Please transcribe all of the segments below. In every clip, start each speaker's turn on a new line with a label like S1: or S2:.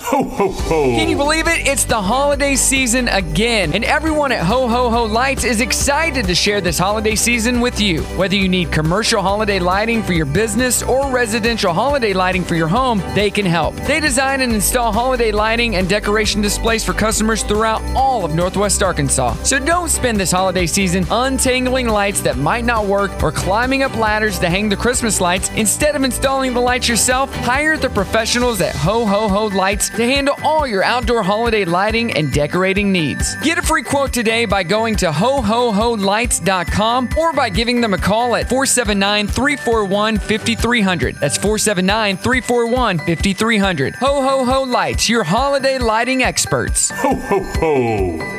S1: Ho, ho, ho.
S2: Can you believe it? It's the holiday season again, and everyone at Ho Ho Ho Lights is excited to share this holiday season with you. Whether you need commercial holiday lighting for your business or residential holiday lighting for your home, they can help. They design and install holiday lighting and decoration displays for customers throughout all of Northwest Arkansas. So don't spend this holiday season untangling lights that might not work or climbing up ladders to hang the Christmas lights. Instead of installing the lights yourself, hire the professionals at Ho Ho Ho Lights to handle all your outdoor holiday lighting and decorating needs. Get a free quote today by going to hohoholights.com or by giving them a call at 479 341 5300. That's 479 341 5300. Ho Ho Ho Lights, your holiday lighting experts.
S1: Ho, ho, ho.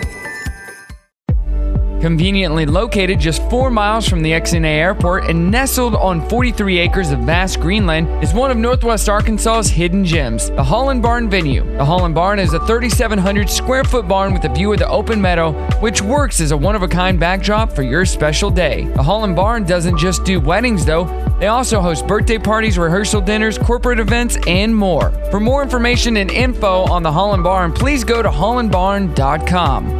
S2: Conveniently located just four miles from the XNA airport and nestled on 43 acres of vast greenland, is one of Northwest Arkansas's hidden gems, the Holland Barn Venue. The Holland Barn is a 3,700 square foot barn with a view of the open meadow, which works as a one of a kind backdrop for your special day. The Holland Barn doesn't just do weddings, though, they also host birthday parties, rehearsal dinners, corporate events, and more. For more information and info on the Holland Barn, please go to hollandbarn.com.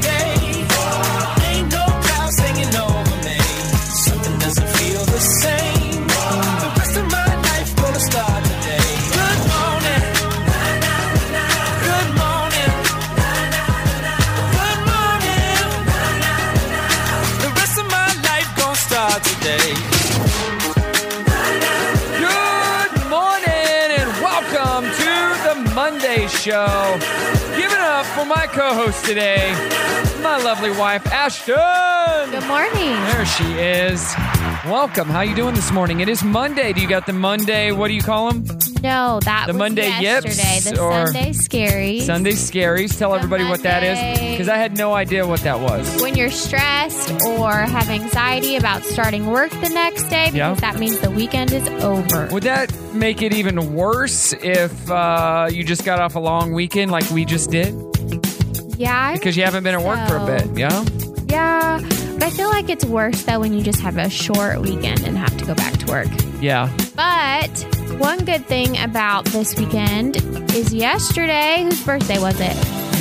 S3: day. Ain't no clouds hanging over me. Something doesn't feel the same. The rest of my life gonna start today. Good morning. Good morning. Good morning. The rest of my life gonna start today.
S2: Good morning and welcome to the Monday Show. Give it up for my co host today, my lovely wife, Ashton.
S4: Good morning.
S2: There she is. Welcome. How you doing this morning? It is Monday. Do you got the Monday? What do you call them?
S4: No, that
S2: The
S4: was
S2: Monday yips
S4: yesterday. The
S2: or-
S4: Sunday scary.
S2: Sunday scaries. Tell everybody what that is
S4: Monday.
S2: because I had no idea what that was.
S4: When you're stressed or have anxiety about starting work the next day, because
S2: Yeah.
S4: that means the weekend is over.
S2: Would that make it even worse if uh, you just got off a long weekend like we just did?
S4: yeah, I-
S2: Because you haven't been at work for a
S4: So-
S2: bit, yeah?
S4: yeah. But I feel like it's worse though when you just have a short weekend and have to go back to work.
S2: Yeah.
S4: But one good thing about this weekend is yesterday. Whose birthday was it?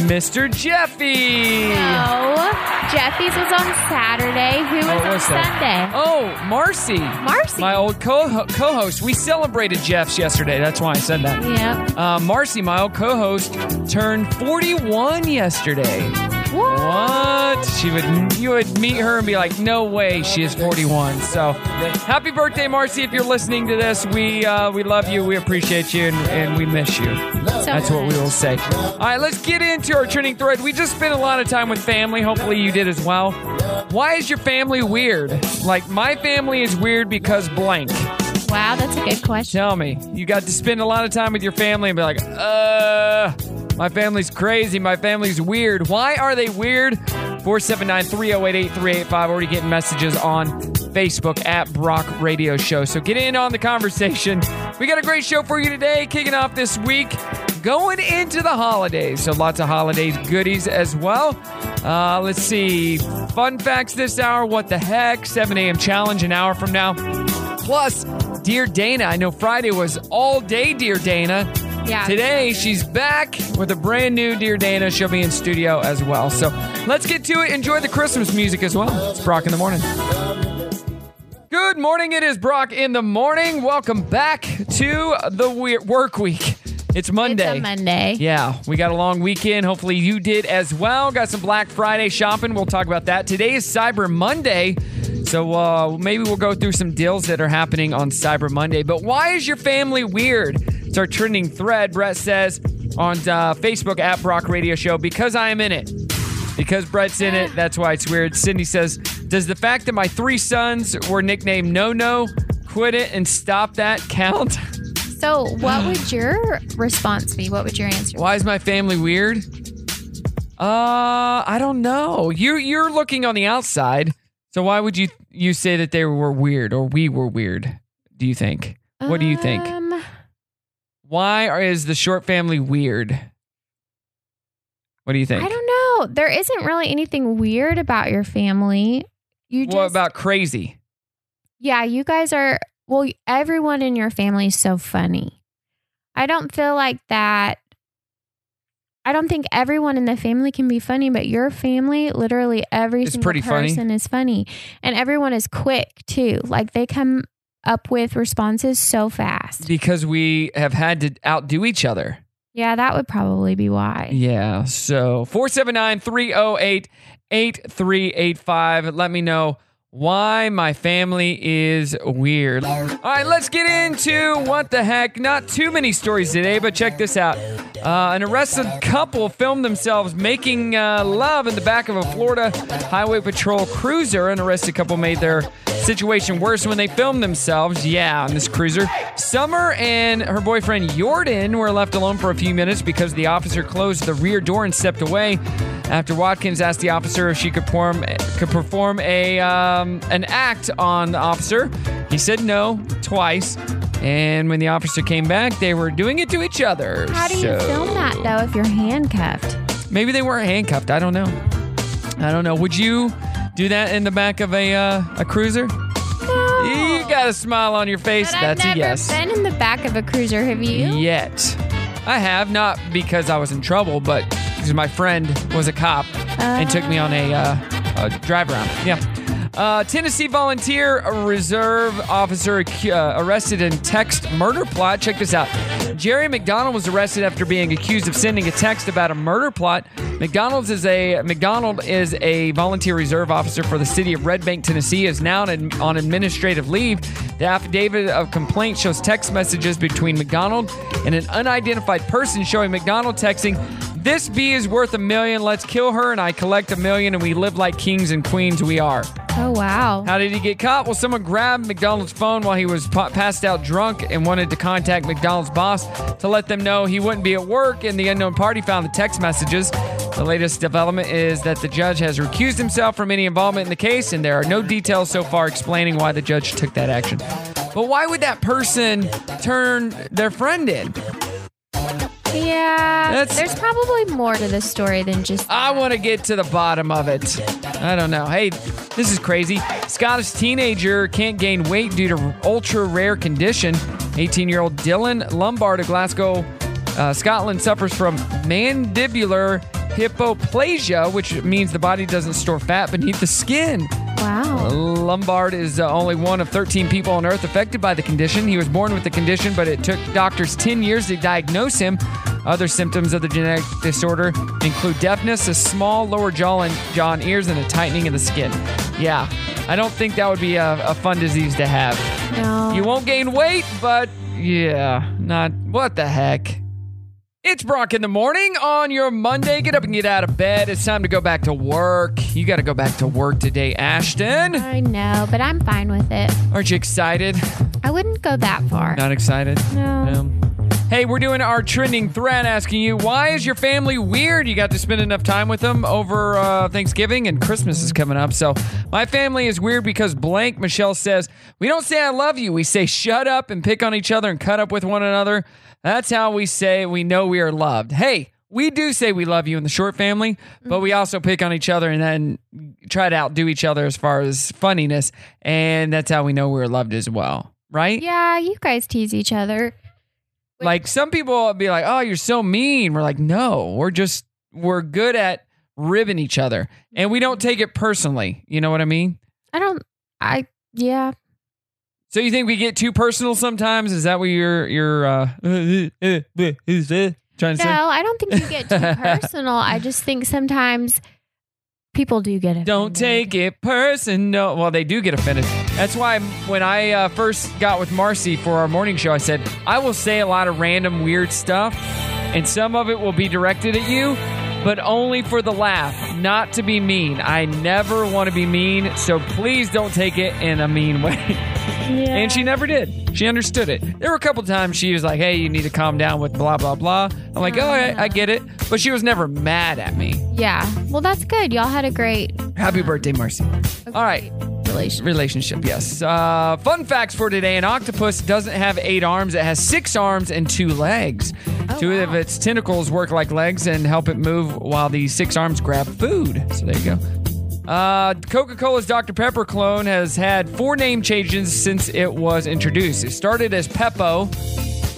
S2: Mr. Jeffy.
S4: No, Jeffy's was on Saturday. Who was
S2: Oh,
S4: on
S2: what's that?
S4: Sunday?
S2: Oh, Marcy.
S4: Marcy.
S2: My old co- co-host. We celebrated Jeff's yesterday. That's why I said that.
S4: Yeah.
S2: Uh, Marcy, my old co-host, turned 41 yesterday.
S4: What?
S2: What? She would you would meet her and be like, "No way, she is 41." So, happy birthday, Marcy! If you're listening to this, we uh, we love you, we appreciate you, and, and we miss you.
S4: So
S2: That's what we
S4: much.
S2: will say. All right, let's get into our trending thread. We just spent a lot of time with family. Hopefully, you did as well. Why is your family weird? Like, my family is weird because blank.
S4: Wow, that's a good question.
S2: Tell me, you got to spend a lot of time with your family and be like, uh, my family's crazy. My family's weird. Why are they weird? 479 308 8385. Already getting messages on Facebook at Brock Radio Show. So get in on the conversation. We got a great show for you today, kicking off this week, going into the holidays. So lots of holidays goodies as well. Uh, let's see. Fun facts this hour. What the heck? 7 a.m. challenge an hour from now. Plus, Dear Dana. I know Friday was all day Dear Dana.
S4: Yeah.
S2: Today she's back with a brand new Dear Dana. She'll be in studio as well. So let's get to it. Enjoy the Christmas music as well. It's Brock in the morning. Good morning. It is Brock in the morning. Welcome back to the we- work week. It's Monday.
S4: It's a Monday.
S2: Yeah, we got a long weekend. Hopefully, you did as well. Got some Black Friday shopping. We'll talk about that. Today is Cyber Monday. So uh, maybe we'll go through some deals that are happening on Cyber Monday. But why is your family weird? It's our trending thread. Brett says on uh, Facebook at Brock Radio Show because I am in it. Because Brett's in it, that's why it's weird. Cindy says, Does the fact that my three sons were nicknamed No No, Quit It, and Stop That count?
S4: So, what would your response be? What would your answer? be?
S2: Why is my family weird? Uh, I don't know. You you're looking on the outside, so why would you you say that they were weird or we were weird? Do you think? What do you think?
S4: Um,
S2: Why are, is the short family weird? What do you think?
S4: I don't know. There isn't really anything weird about your family. You just
S2: what about crazy?
S4: Yeah, you guys are well, everyone in your family is so funny. I don't feel like that I don't think everyone in the family can be funny, but your family, literally every
S2: It's
S4: single
S2: pretty funny.
S4: person is funny. And everyone is quick too. Like they come up with responses so fast.
S2: Because we have had to outdo each other.
S4: Yeah, that would probably be why.
S2: Yeah. So 479 308 8385. Let me know why my family is weird. All right, let's get into what the heck. Not too many stories today, but check this out. Uh, an arrested couple filmed themselves making uh, love in the back of a Florida Highway Patrol cruiser. An arrested couple made their situation worse when they filmed themselves. Yeah, on this cruiser. Summer and her boyfriend Jordan were left alone for a few minutes because the officer closed the rear door and stepped away. After Watkins asked the officer if she could perform could perform a um, an act on the officer, he said no twice. And when the officer came back, they were doing it to each other.
S4: How do you
S2: So-
S4: film that though if you're handcuffed?
S2: Maybe they weren't handcuffed. I don't know. I don't know. Would you do that in the back of a uh, a cruiser? You got a smile on your face.
S4: Oh. But
S2: That's
S4: I've
S2: a
S4: never
S2: yes.
S4: been in the back of a cruiser, have you?
S2: Yet, I have not because I was in trouble, but because my friend was a cop and took me on a, uh, a drive around. Yeah. Uh, Tennessee volunteer reserve officer ac- uh, arrested in text murder plot. Check this out. Jerry McDonald was arrested after being accused of sending a text about a murder plot. McDonald's is a McDonald is a volunteer reserve officer for the city of Red Bank, Tennessee. Is now on, on administrative leave. The affidavit of complaint shows text messages between McDonald and an unidentified person showing McDonald texting, "This bee is worth a million. Let's kill her and I collect a million, and we live like kings and queens. We are."
S4: Oh wow.
S2: How did he get caught? Well, someone grabbed McDonald's phone while he was pa- passed out drunk and wanted to contact McDonald's boss to let them know he wouldn't be at work, and the unknown party found the text messages. The latest development is that the judge has recused himself from any involvement in the case, and there are no details so far explaining why the judge took that action. But why would that person turn their friend in?
S4: Yeah.
S2: That's- Uh,
S4: There's probably more to this story than just
S2: I want to get to the bottom of it. I don't know. Hey, this is crazy. Scottish teenager can't gain weight due to ultra rare condition. 18 year old Dylan Lombard of Glasgow, uh, Scotland, suffers from mandibular hypoplasia, which means the body doesn't store fat beneath the skin.
S4: wow.
S2: Lombard is uh, only one of 13 people on Earth affected by the condition. He was born with the condition, but it took doctors 10 years to diagnose him. Other symptoms of the genetic disorder include deafness, a small lower jaw and jaw and ears, and a tightening of the skin. Yeah, I don't think that would be a, a fun disease to have.
S4: No.
S2: You won't gain weight, but yeah, not what the heck. It's Brock in the morning on your Monday. Get up and get out of bed. It's time to go back to work. You got to go back to work today, Ashton.
S4: I know, but I'm fine with it.
S2: Aren't you excited?
S4: I wouldn't go that far.
S2: Not excited?
S4: No.
S2: Hey, we're doing our trending thread asking you why is your family weird? You got to spend enough time with them over uh, Thanksgiving and Christmas is coming up. So, my family is weird because blank Michelle says, We don't say I love you. We say shut up and pick on each other and cut up with one another. That's how we say we know we are loved. Hey, we do say we love you in the short family, but we also pick on each other and then try to outdo each other as far as funniness. And that's how we know we're loved as well, right?
S4: Yeah, you guys tease each other.
S2: Like some people will be like, "Oh, you're so mean." We're like, "No, we're just we're good at ribbing each other, and we don't take it personally." You know what I mean?
S4: I don't I yeah.
S2: So you think we get too personal sometimes? Is that what you're you're uh, trying to
S4: No,
S2: say?
S4: I don't think you get too personal. I just think sometimes people do get it.
S2: Don't take it personal. Well, they do get offended. That's why when I uh, first got with Marcy for our morning show, I said, I will say a lot of random, weird stuff, and some of it will be directed at you, but only for the laugh, not to be mean. I never want to be mean, so please don't take it in a mean way. And she never did. She understood it. There were a couple times she was like, hey, you need to calm down with blah, blah, blah. I'm like, oh, I, I get it. But she was never mad at me.
S4: Yeah. Well, that's good. Y'all had a great
S2: Happy birthday, Marcy. All right.
S4: relationship.
S2: relationship. Yes. Uh, fun facts for today: an octopus doesn't have eight arms; it has six arms and two legs. Two
S4: wow.
S2: of its tentacles work like legs and help it move, while the six arms grab food. So there you go. Uh, Coca-Cola's Dr. Pepper clone has had four name changes since it was introduced. It started as Peppo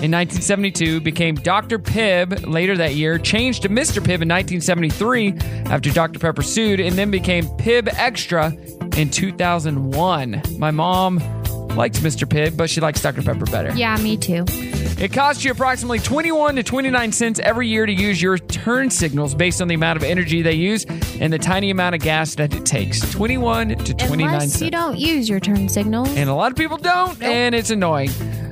S2: in 1972, became Dr. Pibb later that year, changed to Mr. Pibb in 1973 after Dr. Pepper sued, and then became Pibb Extra in 2001. My mom likes Mr. Pibb, but she likes Dr. Pepper better.
S4: Yeah, me too.
S2: It costs you approximately 21 to 29 cents every year to use your turn signals based on the amount of energy they use and the tiny amount of gas that it takes. 21 to 29
S4: Unless
S2: cents.
S4: you don't use your turn signal.
S2: And a lot of people don't, and it's annoying.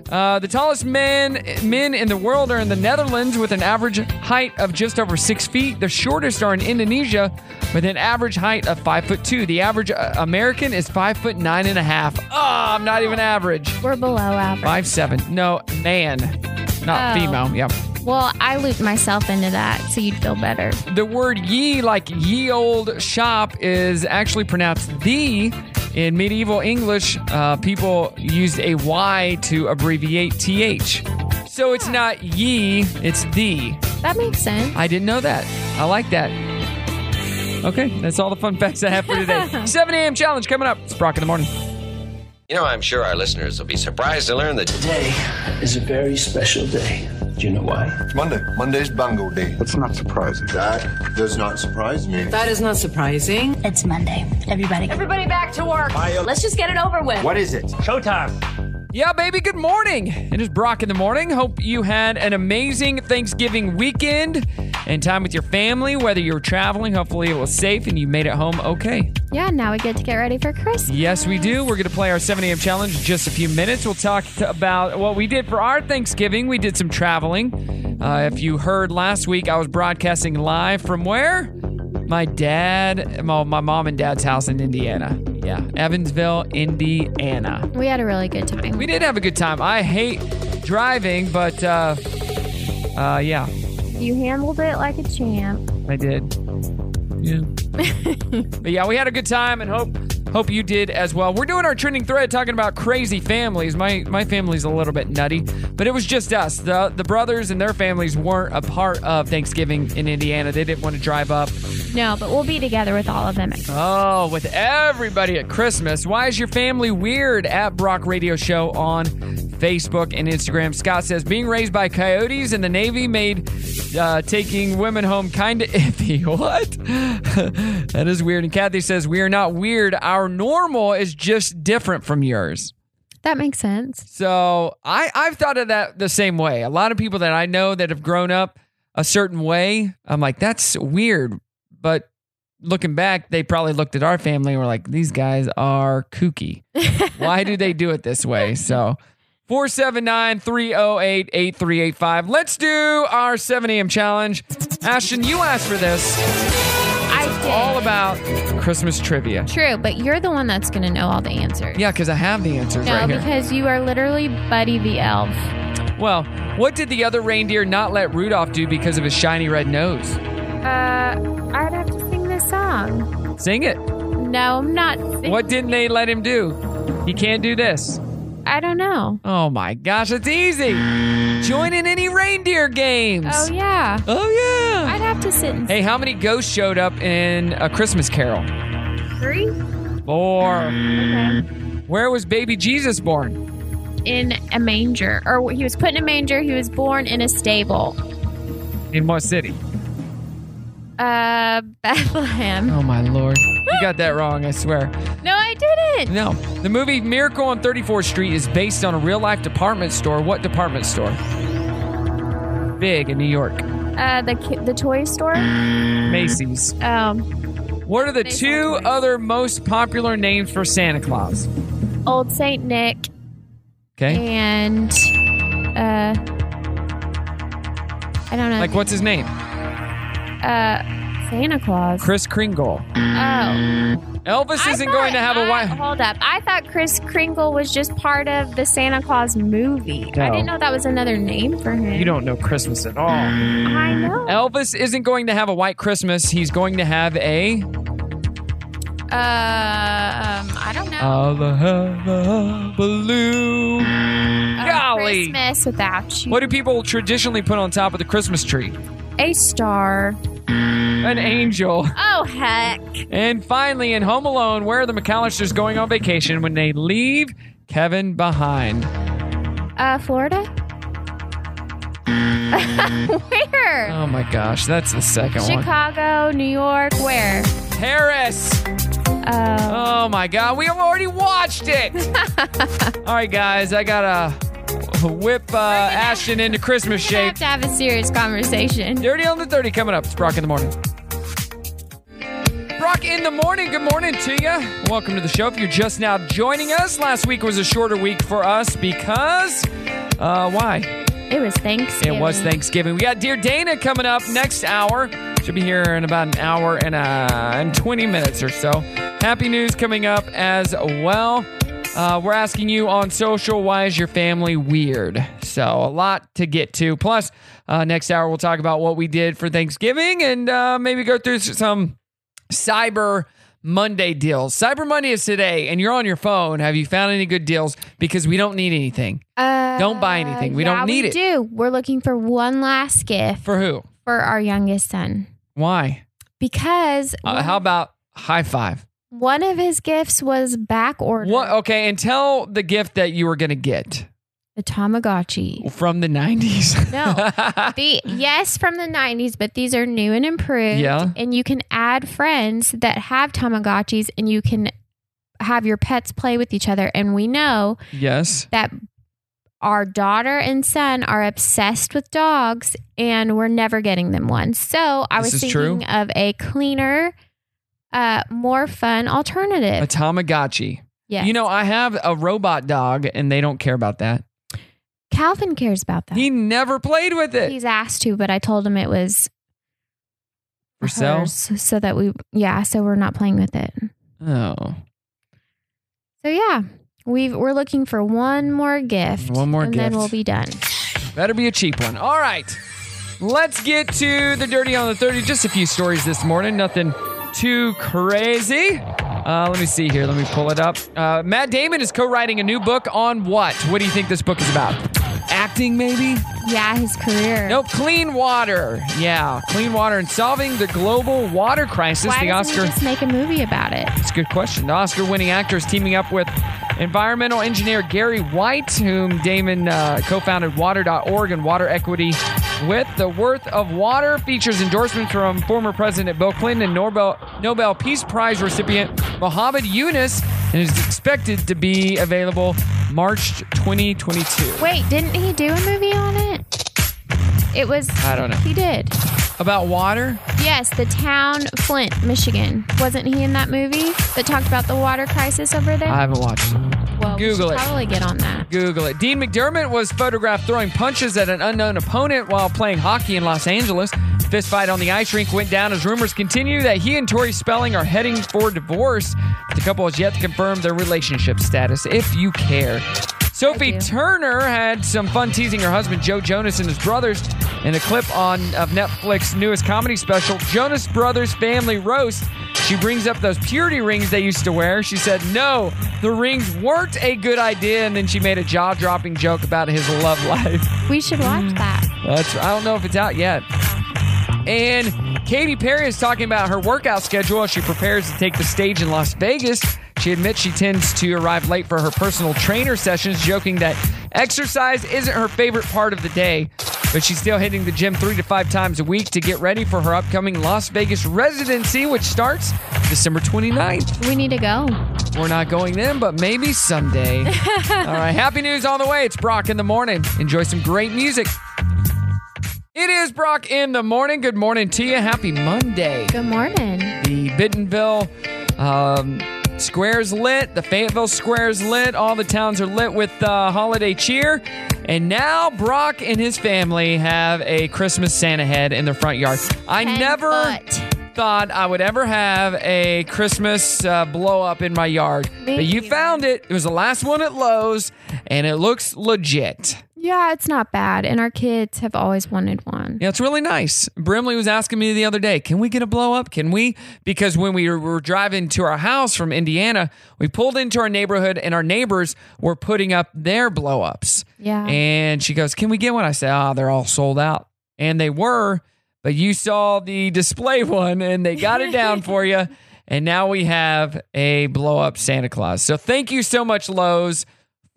S2: Uh, the tallest man, men in the world are in the Netherlands with an average height of just over six feet. The shortest are in Indonesia with an average height of five foot two. The average uh, American is five foot nine and a half. Oh, I'm not even average.
S4: We're below average.
S2: Five seven. No, man, not
S4: Oh.
S2: female. Yeah.
S4: Well, I looped myself into that, so you'd feel better.
S2: The word ye, like ye old shop, is actually pronounced the. In medieval English, uh, people used a Y to abbreviate TH. So it's not ye, it's the.
S4: That makes sense.
S2: I didn't know that. I like that. Okay, that's all the fun facts I have for today. 7 a.m. challenge coming up. It's Brock in the morning.
S5: You know, I'm sure our listeners will be surprised to learn that
S6: Today is a very special day. Do you know why?
S7: Monday. Monday's bungle day.
S8: It's not surprising.
S7: That does not surprise me.
S9: That is not surprising.
S10: It's Monday. Everybody.
S11: Everybody back to work.
S10: Let's just get it over with.
S7: What is it?
S2: Yeah, baby, good morning. It is Brock in the morning. Hope you had an amazing Thanksgiving weekend and time with your family, whether you were traveling. Hopefully, it was safe and you made it home okay.
S4: Yeah, now we get to get ready for Christmas.
S2: Yes, we do. We're going to play our 7 a.m. challenge in just a few minutes. We'll talk t- about what we did for our Thanksgiving. We did some traveling. Uh, if you heard last week, I was broadcasting live from where? My dad, my, my mom and dad's house in Indiana. Yeah, Evansville, Indiana.
S4: We had a really good time.
S2: We did have a good time. I hate driving, but uh, uh, yeah,
S4: You handled it like a champ.
S2: I did. Yeah. but yeah, we had a good time and hope hope you did as well. We're doing our trending thread talking about crazy families. My my family's a little bit nutty, but it was just us. The the brothers and their families weren't a part of Thanksgiving in Indiana. They didn't want to drive up.
S4: No, but we'll be together with all of them.
S2: Oh, with everybody at Christmas. Why is your family weird? At Brock Radio Show on Facebook and Instagram. Scott says being raised by coyotes in the Navy made uh, taking women home kind of iffy. What? that is weird. And Kathy says we are not weird. Our normal is just different from yours.
S4: That makes sense.
S2: So I, I've thought of that the same way. A lot of people that I know that have grown up a certain way, I'm like, that's weird. But looking back, they probably looked at our family and were like, these guys are kooky. Why do they do it this way? So 479 308 8385. Let's do our 7 a.m. challenge. Ashton, you asked for this.
S4: I did.
S2: All about Christmas trivia.
S4: True, but you're the one that's going to know all the answers.
S2: Yeah, because I have the answers
S4: No,
S2: right here.
S4: because you are literally Buddy the Elf.
S2: Well, what did the other reindeer not let Rudolph do because of his shiny red nose?
S4: Uh, I'd have to sing this song.
S2: Sing it.
S4: No, I'm not. Sing-
S2: What didn't they let him do? He can't do this.
S4: I don't know.
S2: Oh my gosh, it's easy. Join in any reindeer games.
S4: Oh yeah,
S2: Oh, yeah.
S4: I'd have to sit and
S2: Hey, how many ghosts showed up in A Christmas Carol?
S4: three.
S2: Four.
S4: Okay.
S2: Where was baby Jesus born?
S4: In a manger, or he was put in a manger. He was born in a stable.
S2: In what city?
S4: Uh, Bethlehem.
S2: Oh my lord. You got that wrong, I swear.
S4: No, I didn't.
S2: No. The movie Miracle on 34th Street is based on a real life department store. What department store? Big in New York.
S4: Uh, the ki- the toy store.
S2: Macy's.
S4: Um,
S2: What are the
S4: Macy's
S2: two
S4: toys.
S2: other most popular names for Santa Claus?
S4: old Saint Nick
S2: Okay.
S4: and uh, I don't know.
S2: Like, what's his name?
S4: uh, Santa Claus.
S2: Chris Kringle.
S4: oh,
S2: Elvis
S4: I
S2: isn't
S4: thought-
S2: going to have a
S4: I-
S2: wife.
S4: Hold up, I thought Chris Kringle was just part of the Santa Claus movie. I
S2: No.
S4: didn't know that was another name for him.
S2: You don't know Christmas at all.
S4: I know.
S2: Elvis isn't going to have a white Christmas. He's going to have a.
S4: Uh, Um, I don't know.
S2: Holla, holla, baloo.
S4: Uh,
S2: Um, Golly.
S4: Christmas without you.
S2: What do people traditionally put on top of the Christmas tree?
S4: A star.
S2: An angel.
S4: Oh heck.
S2: And finally, in Home Alone, where are the McAllisters going on vacation when they leave Kevin behind?
S4: Uh, Florida. where?
S2: Oh my gosh, that's the second one.
S4: Chicago, New York. Where?
S2: Paris.
S4: Uh,
S2: Oh my god, we have already watched it. All right, guys, I gotta whip uh, Ashton into Christmas
S4: we have
S2: shape.
S4: to have a serious conversation.
S2: Dirty on the 30 coming up. It's Brock in the morning. Brock in the morning. Good morning to you. Welcome to the show. If you're just now joining us, last week was a shorter week for us because. Uh, why?
S4: It was Thanksgiving.
S2: It was Thanksgiving. We got Dear Dana coming up next hour. She'll be here in about an hour and, uh, and 20 minutes or so. Happy news coming up as well. Uh, we're asking you on social, why is your family weird? So, a lot to get to. Plus, uh, next hour, we'll talk about what we did for Thanksgiving and uh, maybe go through some Cyber Monday deals. Cyber Monday is today, and you're on your phone. Have you found any good deals? Because we don't need anything.
S4: Uh,
S2: Don't buy anything. We don't
S4: yeah,
S2: need
S4: we
S2: it.
S4: Do. We're looking for one last gift
S2: For who?
S4: for our youngest son
S2: Why?
S4: because
S2: Uh,
S4: one-
S2: how about high five?
S4: one of his gifts was back ordered.
S2: What? Oh. Okay, and tell the gift that you were gonna get
S4: The Tamagotchi.
S2: from the nineties.
S4: No. The yes from the 90s, but these are new and improved.
S2: Yeah.
S4: And you can add friends that have Tamagotchis and you can have your pets play with each other. And we know
S2: yes.
S4: that our daughter and son are obsessed with dogs and we're never getting them one. So I
S2: This
S4: was
S2: is true.
S4: thinking of a cleaner, uh, more fun
S2: A
S4: alternative.
S2: Tamagotchi.
S4: Yeah.
S2: You know, I have a robot dog, and they don't care about that.
S4: Calvin cares about that.
S2: He never played with it.
S4: He's asked to, but I told him it was
S2: For sale.
S4: hers so that we, yeah, so we're not playing with it.
S2: Oh.
S4: So yeah, we've we're looking for one more gift.
S2: One more
S4: and then
S2: gift.
S4: we'll be done.
S2: Better be a cheap one. All right. Let's get to the dirty on the 30. Just a few stories this morning. Nothing too crazy. Uh, let me see here. Let me pull it up. Uh, Matt Damon is co writing a new book on what? What do you think this book is about? Acting, maybe?
S4: Yeah, his career.
S2: No, clean water. Yeah, clean water and solving the global water crisis.
S4: Why
S2: the
S4: doesn't
S2: Oscar.
S4: he just make a movie about it?
S2: It's a good question. The Oscar winning actor is teaming up with environmental engineer Gary White, whom Damon uh, co founded water.org and water equity with. The Worth of Water features endorsements from former President Bill Clinton and Nobel, Nobel Peace Prize recipient Mohammed Yunus and is expected to be available March 2022.
S4: Wait, didn't he do a movie on it? It was.
S2: I don't know.
S4: He did.
S2: About water?
S4: Yes, the town Flint, Michigan. Wasn't he in that movie that talked about the water crisis over there?
S2: I haven't watched it.
S4: well, we
S2: Google
S4: should
S2: it.
S4: Probably get on that.
S2: Google it. Dean McDermott was photographed throwing punches at an unknown opponent while playing hockey in Los Angeles. Fist fight on the ice rink went down as rumors continue that he and Tori Spelling are heading for divorce. The couple has yet to confirm their relationship status, if you care. Sophie
S4: do.
S2: Turner had some fun teasing her husband Joe Jonas and his brothers in a clip on of Netflix's newest comedy special, Jonas Brothers Family Roast. She brings up those purity rings they used to wear. She said, "No, the rings weren't a good idea," and then she made a jaw-dropping joke about his love life.
S4: We should watch that.
S2: That's I don't know if it's out yet. And Katy Perry is talking about her workout schedule as she prepares to take the stage in Las Vegas. She admits she tends to arrive late for her personal trainer sessions, joking that exercise isn't her favorite part of the day. But she's still hitting the gym three to five times a week to get ready for her upcoming Las Vegas residency, which starts December 29th.
S4: We need to go.
S2: We're not going then, but maybe someday. All right, happy news on the way. It's Brock in the morning. Enjoy some great music. It is Brock in the morning. Good morning to you. Happy Monday.
S4: Good morning.
S2: The Bentonville um, squares lit. The Fayetteville squares lit. All the towns are lit with uh, holiday cheer. And now Brock and his family have a Christmas Santa head in their front yard. I
S4: Ten
S2: never
S4: foot.
S2: thought I would ever have a Christmas uh, blow up in my yard.
S4: Me
S2: but you
S4: either.
S2: found it. It was the last one at Lowe's, and it looks legit.
S4: Yeah, it's not bad. And our kids have always wanted one.
S2: Yeah, it's really nice. Brimley was asking me the other day, can we get a blow up? Can we? Because when we were driving to our house from Indiana, we pulled into our neighborhood and our neighbors were putting up their blow ups.
S4: Yeah.
S2: And she goes, Can we get one? I said, Oh, they're all sold out. And they were, but you saw the display one and they got it down for you. And now we have a blow up Santa Claus. So thank you so much, Lowe's,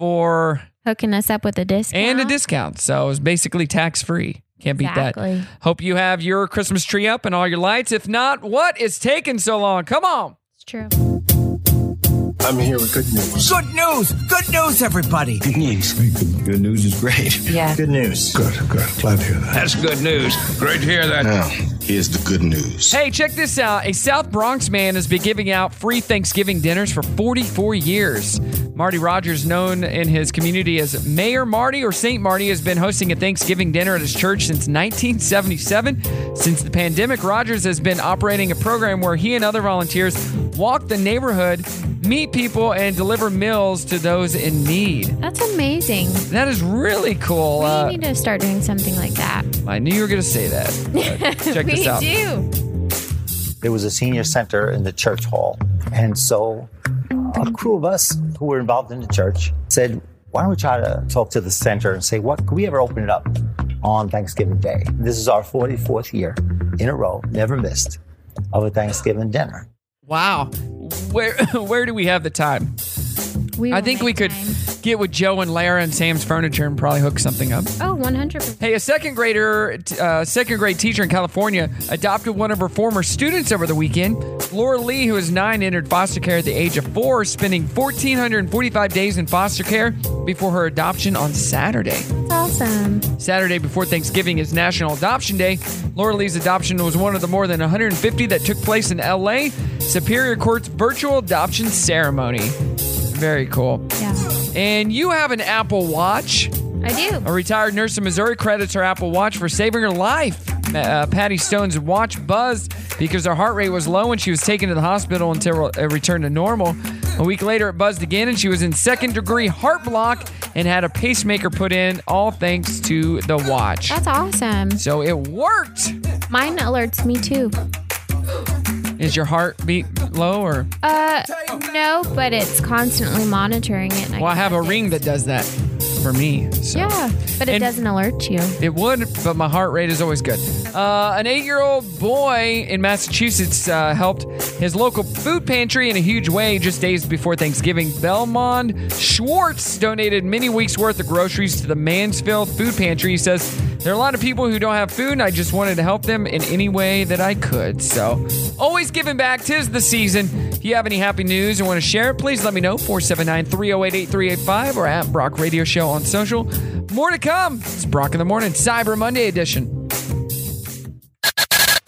S2: for
S4: Hooking us up with a discount.
S2: and a discount. So it's basically tax free. Can't beat
S4: Exactly.
S2: that. Hope you have your Christmas tree up and all your lights. If not, what is taking so long? Come on.
S4: It's true.
S7: I'm here with good news.
S3: Good news! Good news, everybody!
S6: Good news. Good, news is great.
S10: Yeah.
S6: Good news. Good, good. Glad to hear that.
S5: That's good news. Great to hear that.
S7: Now, here's the good news.
S2: Hey, check this out. A South Bronx man has been giving out free Thanksgiving dinners for 44 years. Marty Rogers, known in his community as Mayor Marty or St. Marty, has been hosting a Thanksgiving dinner at his church since 1977. Since the pandemic, Rogers has been operating a program where he and other volunteers walk the neighborhood, meet people, and deliver meals to those in need.
S4: That's amazing.
S2: That is really cool. Uh,
S4: we need to start doing something like that.
S2: I knew you were going to say that. But check
S4: we
S2: this out.
S4: do.
S8: there was a senior center in the church hall. And so a crew of us who were involved in the church said, why don't we try to talk to the center and say, what could we ever open it up on Thanksgiving Day? This is our 44th year in a row, never missed, of a Thanksgiving dinner.
S2: Wow. Where where do we have the time?
S4: We
S2: I
S4: will
S2: think
S4: make
S2: we could
S4: time.
S2: get with Joe and Lara and Sam's Furniture and probably hook something up.
S4: Oh, 100%.
S2: Hey, a second grader, uh, second grade teacher in California adopted one of her former students over the weekend. Laura Lee, who is nine, entered foster care at the age of four, spending 1,445 days in foster care before her adoption on Saturday.
S4: That's awesome.
S2: Saturday before Thanksgiving is National Adoption Day. Laura Lee's adoption was one of the more than 150 that took place in LA Superior Court's virtual adoption ceremony. Very cool.
S4: Yeah.
S2: And you have an Apple Watch.
S4: I do.
S2: A retired nurse in Missouri credits her Apple Watch for saving her life. Uh, Patty Stone's watch buzzed because her heart rate was low and she was taken to the hospital until it returned to normal. A week later, it buzzed again and she was in second degree heart block and had a pacemaker put in, all thanks to the watch.
S4: That's awesome.
S2: So it worked.
S4: Mine alerts me too.
S2: Is your heartbeat low or?
S4: Uh, no, but it's constantly monitoring it. and
S2: Well, I have a
S4: can-
S2: ring that does that for me. So.
S4: Yeah, but it
S2: And-
S4: doesn't alert you.
S2: It would, but my heart rate is always good. Uh, an eight year old boy in Massachusetts uh, helped his local food pantry in a huge way just days before Thanksgiving. Belmont Schwartz donated many weeks' worth of groceries to the Mansfield Food Pantry. He says, There are a lot of people who don't have food, and I just wanted to help them in any way that I could. So, always giving back. Tis the season. If you have any happy news and want to share it, please let me know 479 308 8385 or at Brock Radio Show on social. More to come. It's Brock in the Morning, Cyber Monday edition.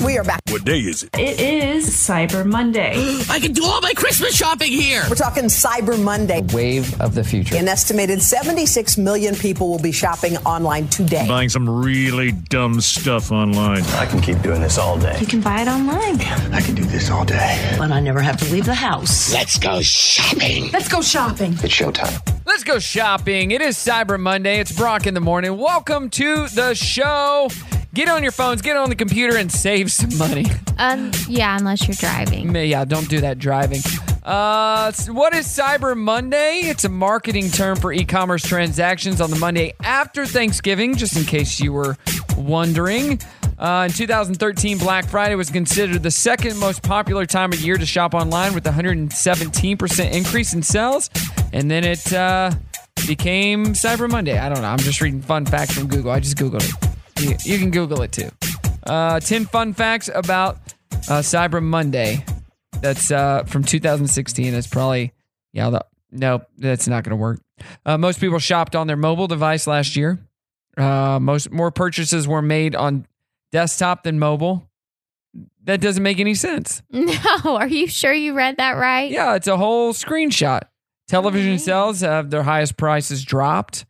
S11: We are back.
S1: What day is it?
S10: It is Cyber Monday.
S3: I can do all my Christmas shopping here!
S11: We're talking Cyber Monday.
S2: Wave of the future.
S11: An estimated 76 million people will be shopping online today.
S1: Buying some really dumb stuff online.
S6: I can keep doing this all day.
S10: You can buy it online.
S6: I can do this all day.
S3: But I never have to leave the house.
S6: Let's go shopping.
S10: Let's go shopping.
S6: It's showtime.
S2: Let's go shopping. It is Cyber Monday. It's Brock in the Morning. Welcome to the show. Get on your phones, get on the computer, and save some money.
S4: Um, yeah, unless you're driving.
S2: yeah, don't do that driving. Uh, s- what is Cyber Monday? It's a marketing term for e commerce transactions on the Monday after Thanksgiving, just in case you were wondering. Uh, in 2013, Black Friday was considered the second most popular time of year to shop online with 117% increase in sales. And then it uh, became Cyber Monday. I don't know. I'm just reading fun facts from Google. I just Googled it. You, you can Google it too. Uh, 10 fun facts about uh, Cyber Monday. That's uh, from 2016. It's probably, yeah, the, no, that's not going to work. Uh, most people shopped on their mobile device last year. Uh, most more purchases were made on desktop than mobile. That doesn't make any sense.
S4: No, are you sure you read that right?
S2: Yeah, it's a whole screenshot. Television
S4: Alright.
S2: sales have their highest prices dropped.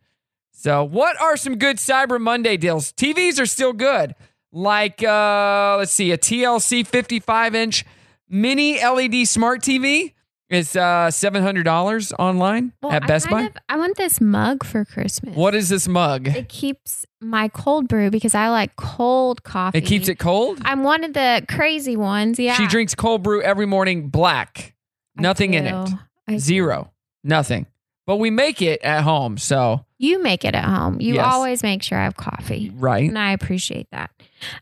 S2: So, what are some good Cyber Monday deals? TVs are still good. Like, uh, let's see, a TLC 55 inch mini LED E smart TV It's uh, seven hundred dollars online
S4: Well,
S2: at
S4: I
S2: Best Buy.
S4: kind of- I want this mug for Christmas.
S2: what is this mug?
S4: It keeps my cold brew because I like cold coffee.
S2: It keeps it cold.
S4: I'm one of the crazy ones. Yeah.
S2: She drinks cold brew every morning, black,
S4: I
S2: nothing in it,
S4: do. I-
S2: zero, nothing. But we make it at home, so
S4: You make it at home. You
S2: Yes.
S4: always make sure I have coffee.
S2: right.
S4: And I appreciate that.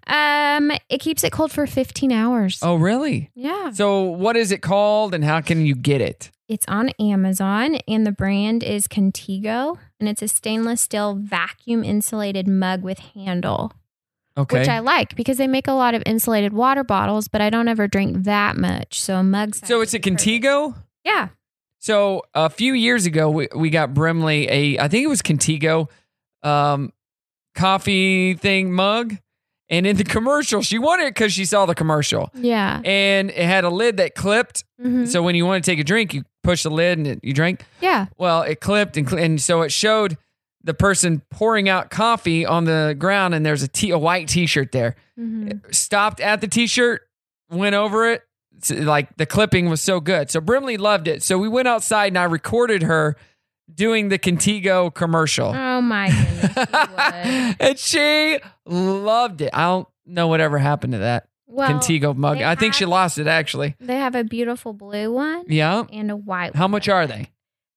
S4: Um, it keeps it cold for 15 hours.
S2: Oh, really?
S4: Yeah.
S2: So, what is it called, and how can you get it?
S4: It's on Amazon and the brand is Contigo and it's a stainless steel vacuum insulated mug with handle,
S2: Okay.
S4: which I like because they make a lot of insulated water bottles, but I don't ever drink that much. So a mug.
S2: so
S4: size
S2: it's a
S4: is perfect.
S2: Contigo.
S4: Yeah.
S2: So a few years ago, we, we got Brimley a I think it was Contigo, um, coffee thing mug, and in the commercial she wanted it because she saw the commercial,
S4: Yeah.
S2: and it had a lid that clipped.
S4: Mhm.
S2: So when you want to take a drink, you push the lid and it, you drink.
S4: Yeah.
S2: Well, it clipped and cl- and so it showed the person pouring out coffee on the ground, and there's a t a white t shirt there.
S4: Mhm.
S2: Stopped at the t shirt, went over it. It's, like the clipping was so good, so Brimley loved it. So we went outside and I recorded her doing the Contigo commercial,
S4: Oh my goodness. you would.
S2: and she loved it. I don't know whatever happened to that
S4: well,
S2: Contigo mug.
S4: they
S2: I think she
S4: have-
S2: lost it actually.
S4: They have a beautiful blue one
S2: Yeah.
S4: and a white
S2: How
S4: one.
S2: much are they?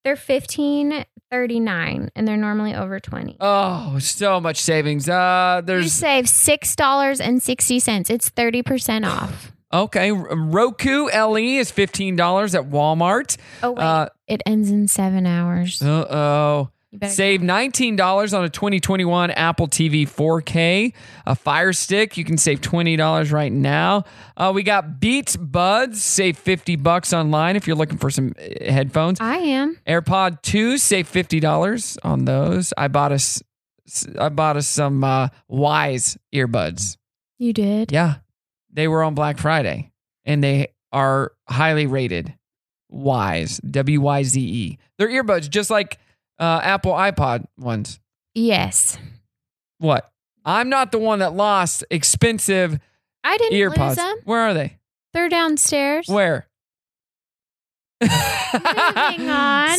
S4: They're fifteen thirty nine, and they're normally over twenty.
S2: Oh, so much savings. Uh,
S4: you
S2: there's
S4: save six dollars and sixty cents. It's thirty percent off.
S2: okay. R- Roku LE is fifteen dollars at Walmart.
S4: Oh wait,
S2: Uh
S4: it ends in seven hours.
S2: uh oh.
S4: You better-
S2: Save nineteen dollars on a twenty twenty one Apple TV four K. A Fire Stick. You can save twenty dollars right now. Uh, we got Beats Buds. Save fifty bucks online if you're looking for some uh, headphones.
S4: I am.
S2: AirPod 2 save $50 on those. I bought us I bought us some uh Wise earbuds.
S4: You did.
S2: Yeah. They were on Black Friday and they are highly rated. Wise, W Y Z E. They're earbuds just like uh Apple iPod ones.
S4: Yes.
S2: What? I'm not the one that lost expensive
S4: I didn't lose
S2: earpods.
S4: them.
S2: Where are they?
S4: They're downstairs.
S2: Where?
S4: Moving on.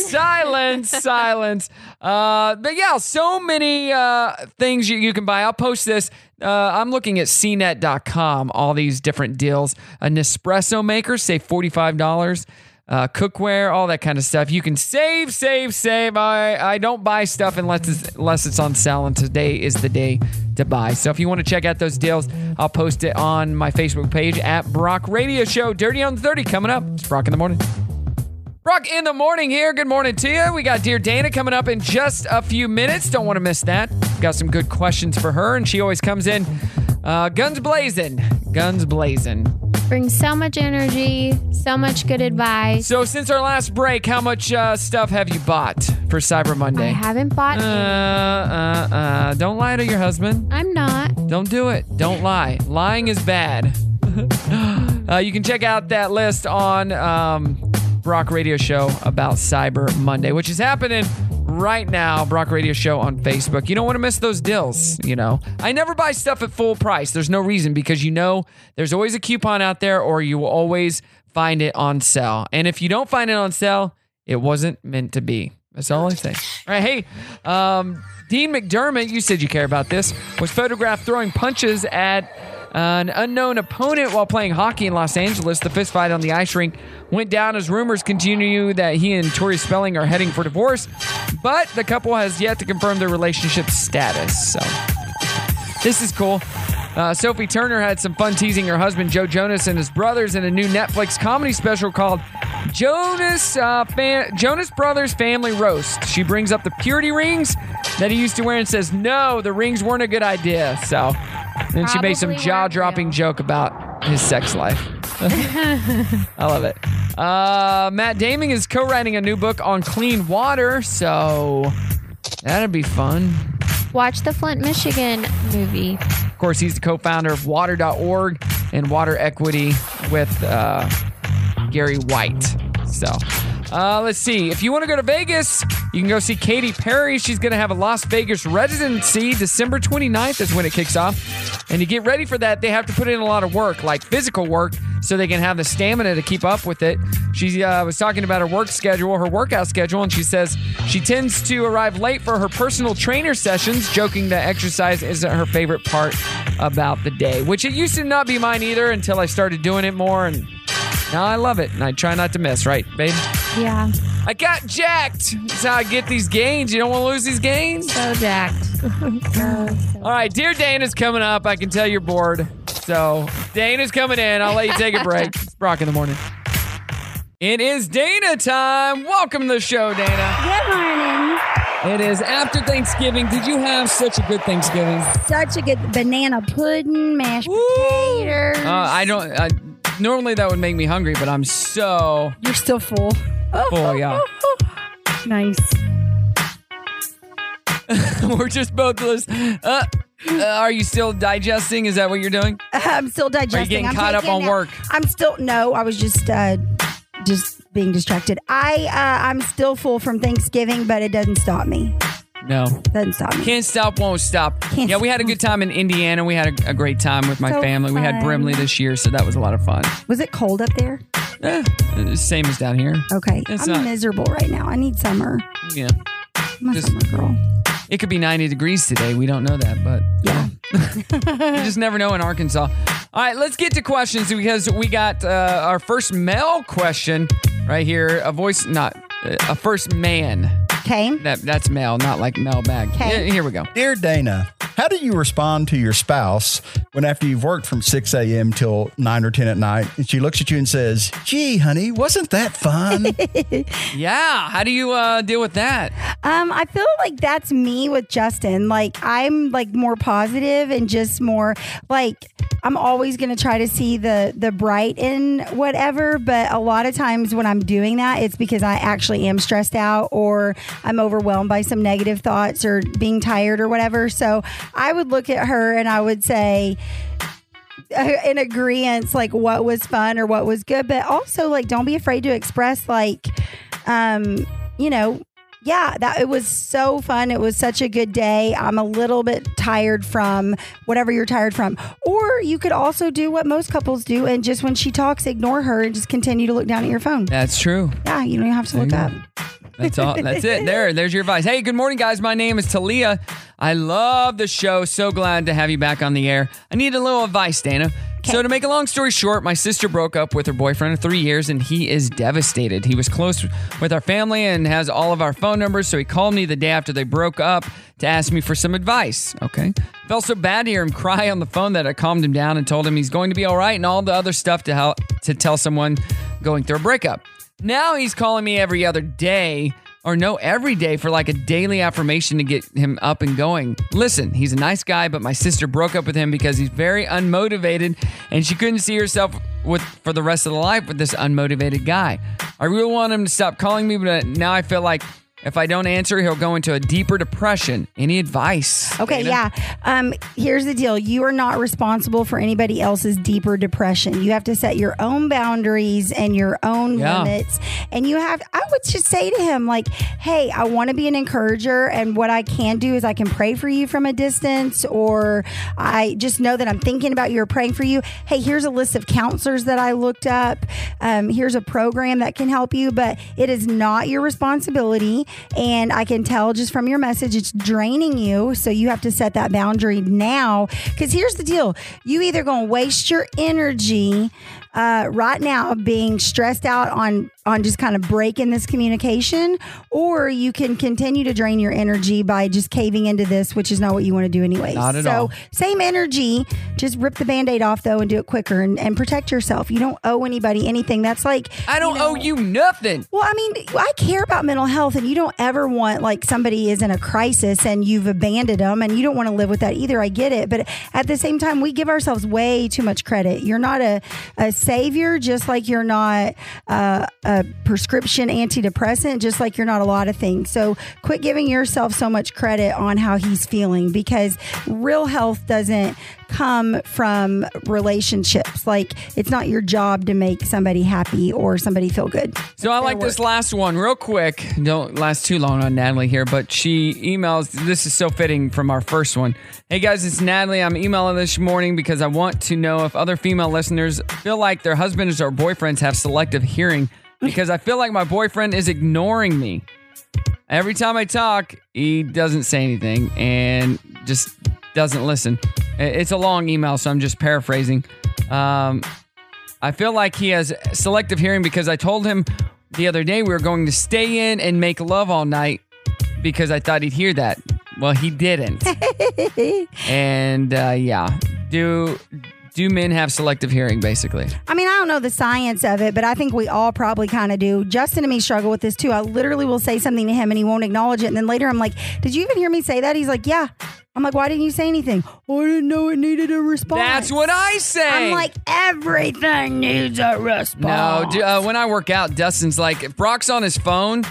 S2: silence, silence. Uh, but yeah, so many uh, things you, you can buy. I'll post this. Uh, I'm looking at cnet.com, all these different deals. A Nespresso maker, save $45. Uh, cookware, all that kind of stuff. You can save, save, save. I, I don't buy stuff unless it's, unless it's on sale, and today is the day to buy. So if you want to check out those deals, I'll post it on my Facebook page at Brock Radio Show. Dirty on 30 coming up. It's Brock in the morning. Brock in the morning here. Good morning to you. We got Dear Dana coming up in just a few minutes. Don't want to miss that. Got some good questions for her, and she always comes in uh, guns blazing. Guns blazing.
S4: Brings so much energy, so much good advice.
S2: So, since our last break, how much uh, stuff have you bought for Cyber
S4: I
S2: Monday?
S4: haven't bought.
S2: uh,
S4: any.
S2: uh, uh. Don't lie to your husband.
S4: I'm not.
S2: Don't do it. Don't lie. Lying is bad. uh, you can check out that list on um, Brock Radio Show about Cyber Monday, which is happening right now. Brock Radio Show on Facebook. You don't want to miss those deals. You know, I never buy stuff at full price. There's no reason because you know there's always a coupon out there, or you will always find it on sale. And if you don't find it on sale, it wasn't meant to be. That's all I say. All right, hey, um, Dean McDermott, you said you care about this, was photographed throwing punches at uh, an unknown opponent while playing hockey in Los Angeles. The fistfight on the ice rink went down as rumors continue that he and Tori Spelling are heading for divorce, but the couple has yet to confirm their relationship status. So. This is cool. Uh, Sophie Turner had some fun teasing her husband Joe Jonas and his brothers in a new Netflix comedy special called Jonas uh, Fam- Jonas Brothers Family Roast. She brings up the purity rings that he used to wear and says, "No, the rings weren't a good idea." So, and then she made
S4: Probably
S2: some
S4: weren't
S2: jaw-dropping
S4: real.
S2: joke about his sex life. I love it. Uh, Matt Damon is co-writing a new book on clean water, so that'd be fun.
S4: Watch the Flint, Michigan movie.
S2: Of course, he's the co-founder of Water.org and Water Equity with uh, Gary White. So, uh, let's see. If you want to go to Vegas, you can go see Katy Perry. She's going to have a Las Vegas residency. December 29th is when it kicks off. And to get ready for that, they have to put in a lot of work, like physical work. so they can have the stamina to keep up with it. She uh, was talking about her work schedule, her workout schedule, and she says she tends to arrive late for her personal trainer sessions, joking that exercise isn't her favorite part about the day, which it used to not be mine either until I started doing it more. And now I love it and I try not to miss, right, babe?
S4: Yeah.
S2: I got jacked. That's how I get these gains. You don't want to lose these gains.
S4: So jacked.
S2: All right, dear Dana's coming up. I can tell you're bored. So Dana's coming in. I'll let you take a break. It's Brock in the morning. It is Dana time. Welcome to the show, Dana.
S9: Good morning.
S2: It is after Thanksgiving. Did you have such a good Thanksgiving? Uh,
S9: Such a good banana pudding, mashed potatoes.
S2: Uh, I don't. I, normally that would make me hungry, but I'm so
S9: You're still full.
S2: full. Yeah,
S9: Nice.
S2: we're just both just. Uh, uh, are you still digesting? Is that what you're doing?
S9: I'm still digesting.
S2: getting
S9: I'm
S2: caught up
S9: taking a
S2: on
S9: nap.
S2: work?
S9: I'm still no. I was just uh, just being distracted. I uh, I'm still full from Thanksgiving, but it doesn't stop me.
S2: No.
S9: Doesn't stop me.
S2: Can't stop, won't stop.
S9: Can't
S2: yeah, we had a good time in Indiana. We had a, a great time with my
S9: So
S2: family. We had
S9: fun.
S2: Brimley this year, so that was a lot of fun.
S9: Was it cold up there?
S2: Eh, uh, same as down here.
S9: Okay,
S2: It's
S9: I'm
S2: not-
S9: miserable right now. I need summer.
S2: Yeah.
S9: I'm a summer girl.
S2: It could be 90 degrees today. We don't know that, but yeah. you just never know in Arkansas. All right, let's get to questions because we got uh, our first male question right here. A voice, not uh, a first man.
S9: Okay.
S2: That, that's male, not like Mel Bag.
S9: Okay.
S2: Here we go.
S12: Dear Dana, how do you respond to your spouse when after you've worked from 6 a.m. till 9 or 10 at night and she looks at you and says, gee, honey, wasn't that fun?
S2: Yeah. How do you uh, deal with that?
S9: Um, I feel like that's me with Justin. Like I'm like more positive and just more like I'm always gonna try to see the the bright in whatever. But a lot of times when I'm doing that, it's because I actually am stressed out or I'm overwhelmed by some negative thoughts or being tired or whatever. So I would look at her and I would say, uh, in agreement like what was fun or what was good but also like don't be afraid to express like um you know yeah that it was so fun it was such a good day i'm a little bit tired from whatever you're tired from or you could also do what most couples do and just when she talks ignore her and just continue to look down at your phone
S2: That's true.
S9: yeah you don't even have to look up
S2: That's all. That's it. There. There's your advice. Hey, good morning, guys. My name is Talia. I love the show. So glad to have you back on the air. I need a little advice, Dana. So, to make a long story short, my sister broke up with her boyfriend of three years and he is devastated. He was close with our family and has all of our phone numbers. So, he called me the day after they broke up to ask me for some advice. Okay. Felt so bad to hear him cry on the phone that I calmed him down and told him he's going to be all right and all the other stuff to, help, to tell someone going through a breakup. Now he's calling me every other day or no every day for like a daily affirmation to get him up and going. Listen, he's a nice guy, but my sister broke up with him because he's very unmotivated and she couldn't see herself with for the rest of the life with this unmotivated guy. I really want him to stop calling me, but now I feel like if I don't answer, he'll go into a deeper depression. Any advice?
S9: Okay,
S2: Dana?
S9: yeah. Um, here's the deal you are not responsible for anybody else's deeper depression. You have to set your own boundaries and your own
S13: Yeah.
S9: limits. And you have, I would just say to him, like, hey, I want to be an encourager. And what I can do is I can pray for you from a distance, or I just know that I'm thinking about you or praying for you. Hey, here's a list of counselors that I looked up. Um, here's a program that can help you, but it is not your responsibility. And I can tell just from your message, it's draining you. So you have to set that boundary now. Because here's the deal you either going to waste your energy uh, right now being stressed out on on just kind of breaking this communication or you can continue to drain your energy by just caving into this which is not what you want to do anyway
S2: Not at
S9: so
S2: all.
S9: same energy just rip the band-aid off though and do it quicker and, and protect yourself you don't owe anybody anything that's like
S2: I don't owe you nothing.
S9: well, I mean, I care about mental health, and you don't ever want like somebody is in a crisis and you've abandoned them, and you don't want to live with that either. I get it, but at the same time, we give ourselves way too much credit. You're not a, a savior, just like you're not uh, a, a prescription antidepressant, just like you're not a lot of things. So quit giving yourself so much credit on how he's feeling because real health doesn't come from relationships. Like it's not your job to make somebody happy or somebody feel good.
S2: So I like this last one real quick. Don't last too long on Natalie here, but she emails. This is so fitting from our first one. Hey guys, it's Natalie. I'm emailing this morning because I want to know if other female listeners feel like their husbands or boyfriends have selective hearing because I feel like my boyfriend is ignoring me. Every time I talk, he doesn't say anything and just doesn't listen. I- It's a long email, so I'm just paraphrasing. Um, I feel like he has selective hearing because I told him the other day we were going to stay in and make love all night because I thought he'd hear that. Well, he didn't. and uh, yeah, do do men have selective hearing basically?
S9: I mean, I don't know the science of it, but I think we all probably kind of do. Justin and me struggle with this too. I literally will say something to him and he won't acknowledge it. And then later I'm like, Did you even hear me say that? He's like, Yeah. I'm like, Why didn't you say anything? Oh, I didn't know it needed a response.
S2: That's what I say.
S9: I'm like, Everything needs a response.
S2: No, d- uh, when I work out, Dustin's like, if Brock's on his phone,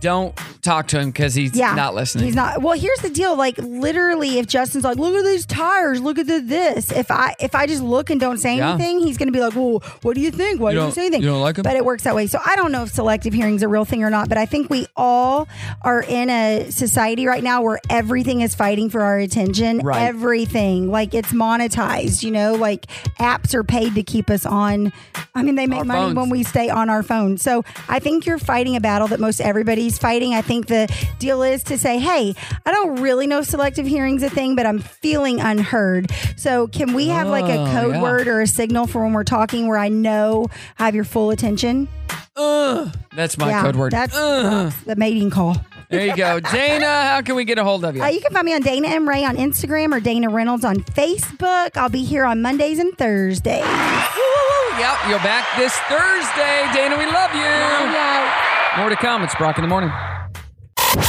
S2: don't talk to him because he's not listening.
S9: He's not. Well, here's the deal. Like literally, if Justin's like, "Look at these tires. Look at the this," if I if I just look and don't say
S2: Yeah.
S9: anything, he's gonna be like, "Well, what do you think? Why
S2: You
S9: do you
S2: don't-
S9: say anything?"
S2: you don't like 'em?
S9: But it works that way. So I don't know if selective hearing's a real thing or not. But I think we all are in a society right now where everything is fighting for our attention.
S13: Right.
S9: Everything like it's monetized. You know, like apps are paid to keep us on. I mean, they make
S13: Our
S9: money
S13: phones.
S9: when we stay on our phone. So I think you're fighting a battle that most everybody's fighting. I think the deal is to say, hey, I don't really know selective hearing's a thing, but I'm feeling unheard. So can we have like a
S13: Oh,
S9: code
S13: yeah.
S9: word or a signal for when we're talking where I know I have your full attention?
S2: That's my
S9: Yeah,
S2: code word.
S9: That's that's the mating call.
S2: There you go. Dana, how can we get a hold of you?
S9: Uh, you can find me on Dana M. Ray on Instagram or Dana Reynolds on Facebook. I'll be here on Mondays and Thursdays.
S2: Woo! Yep, you're back this Thursday. Dana, we love you. More to come. It's Brock in the morning.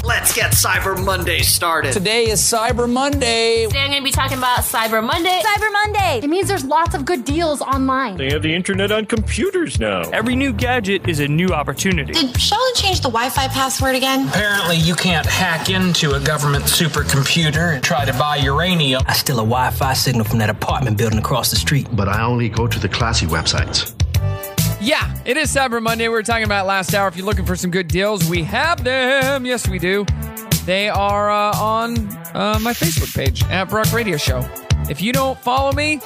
S14: Let's get Cyber Monday started. Today is Cyber Monday.
S15: Today I'm going to be talking about Cyber Monday. Cyber Monday. It means there's lots of good deals online.
S16: They have the internet on computers now. Every new gadget is a new opportunity.
S15: Did Sheldon change the Wi-Fi password again?
S14: Apparently, you can't hack into a government supercomputer and try to buy uranium. I steal a Wi Fi signal from that apartment building across the street. But I only go to the classy websites.
S2: Yeah, it is Cyber Monday. We were talking about last hour. If you're looking for some good deals, we have them. Yes, we do. They are uh, on uh, my Facebook page at Brock Radio Show. If you don't follow me,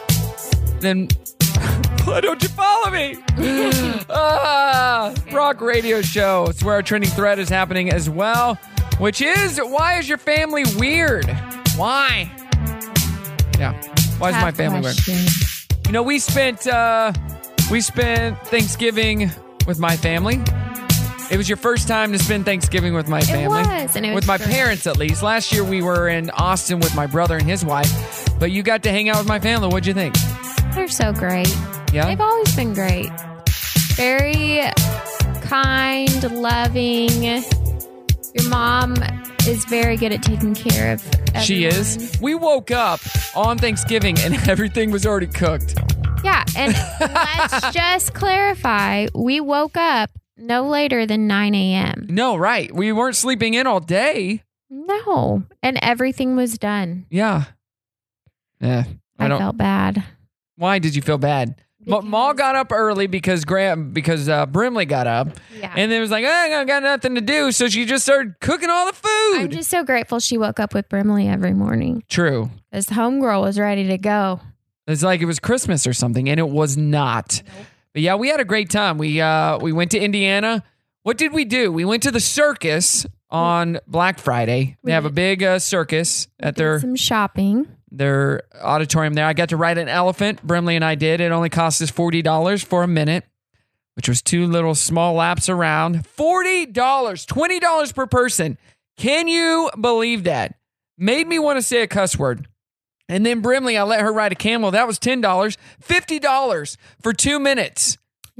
S2: then why don't you follow me? ah, Brock Radio Show. It's where our trending thread is happening as well, which is why is your family weird? Why? Yeah. Why is
S11: Tough
S2: my family
S11: question.
S2: weird? You know, we spent uh we spent Thanksgiving with my family. It was your first time to spend Thanksgiving with my family.
S4: was, and it was
S2: with my
S4: great.
S2: parents at least. Last year we were in Austin with my brother and his wife, but you got to hang out with my family. What'd you think?
S4: They're so great.
S2: Yeah?
S4: They've always been great. Very kind, loving. Your mom is very good at taking care of everyone.
S2: She is. We woke up on Thanksgiving and everything was already cooked.
S4: Yeah, and let's just clarify, we woke up no later than 9 a.m.
S2: No, right. We weren't sleeping in all day.
S4: No, and everything was done.
S2: Yeah. Yeah.
S4: I, felt bad.
S2: Why did you feel bad? Ma, Ma got up early because Graham because uh, Brimley got up,
S4: Yeah.
S2: and then was like, "Eh, I got nothing to do, so she just started cooking all the food.
S4: I'm just so grateful she woke up with Brimley every morning
S2: True.
S4: because homegirl was ready to go.
S2: It's like it was Christmas or something, and it was not. But yeah, we had a great time. We uh we went to Indiana. What did we do? We went to the circus on Black Friday. They have a big uh, circus at their
S4: Some shopping.
S2: their auditorium there. I got to ride an elephant. Brimley and I did. It only cost us forty dollars for a minute, which was two little small laps around. Forty dollars, twenty dollars per person. Can you believe that? Made me want to say a cuss word. And then Brimley, I let her ride a camel. That was ten dollars, fifty dollars for two minutes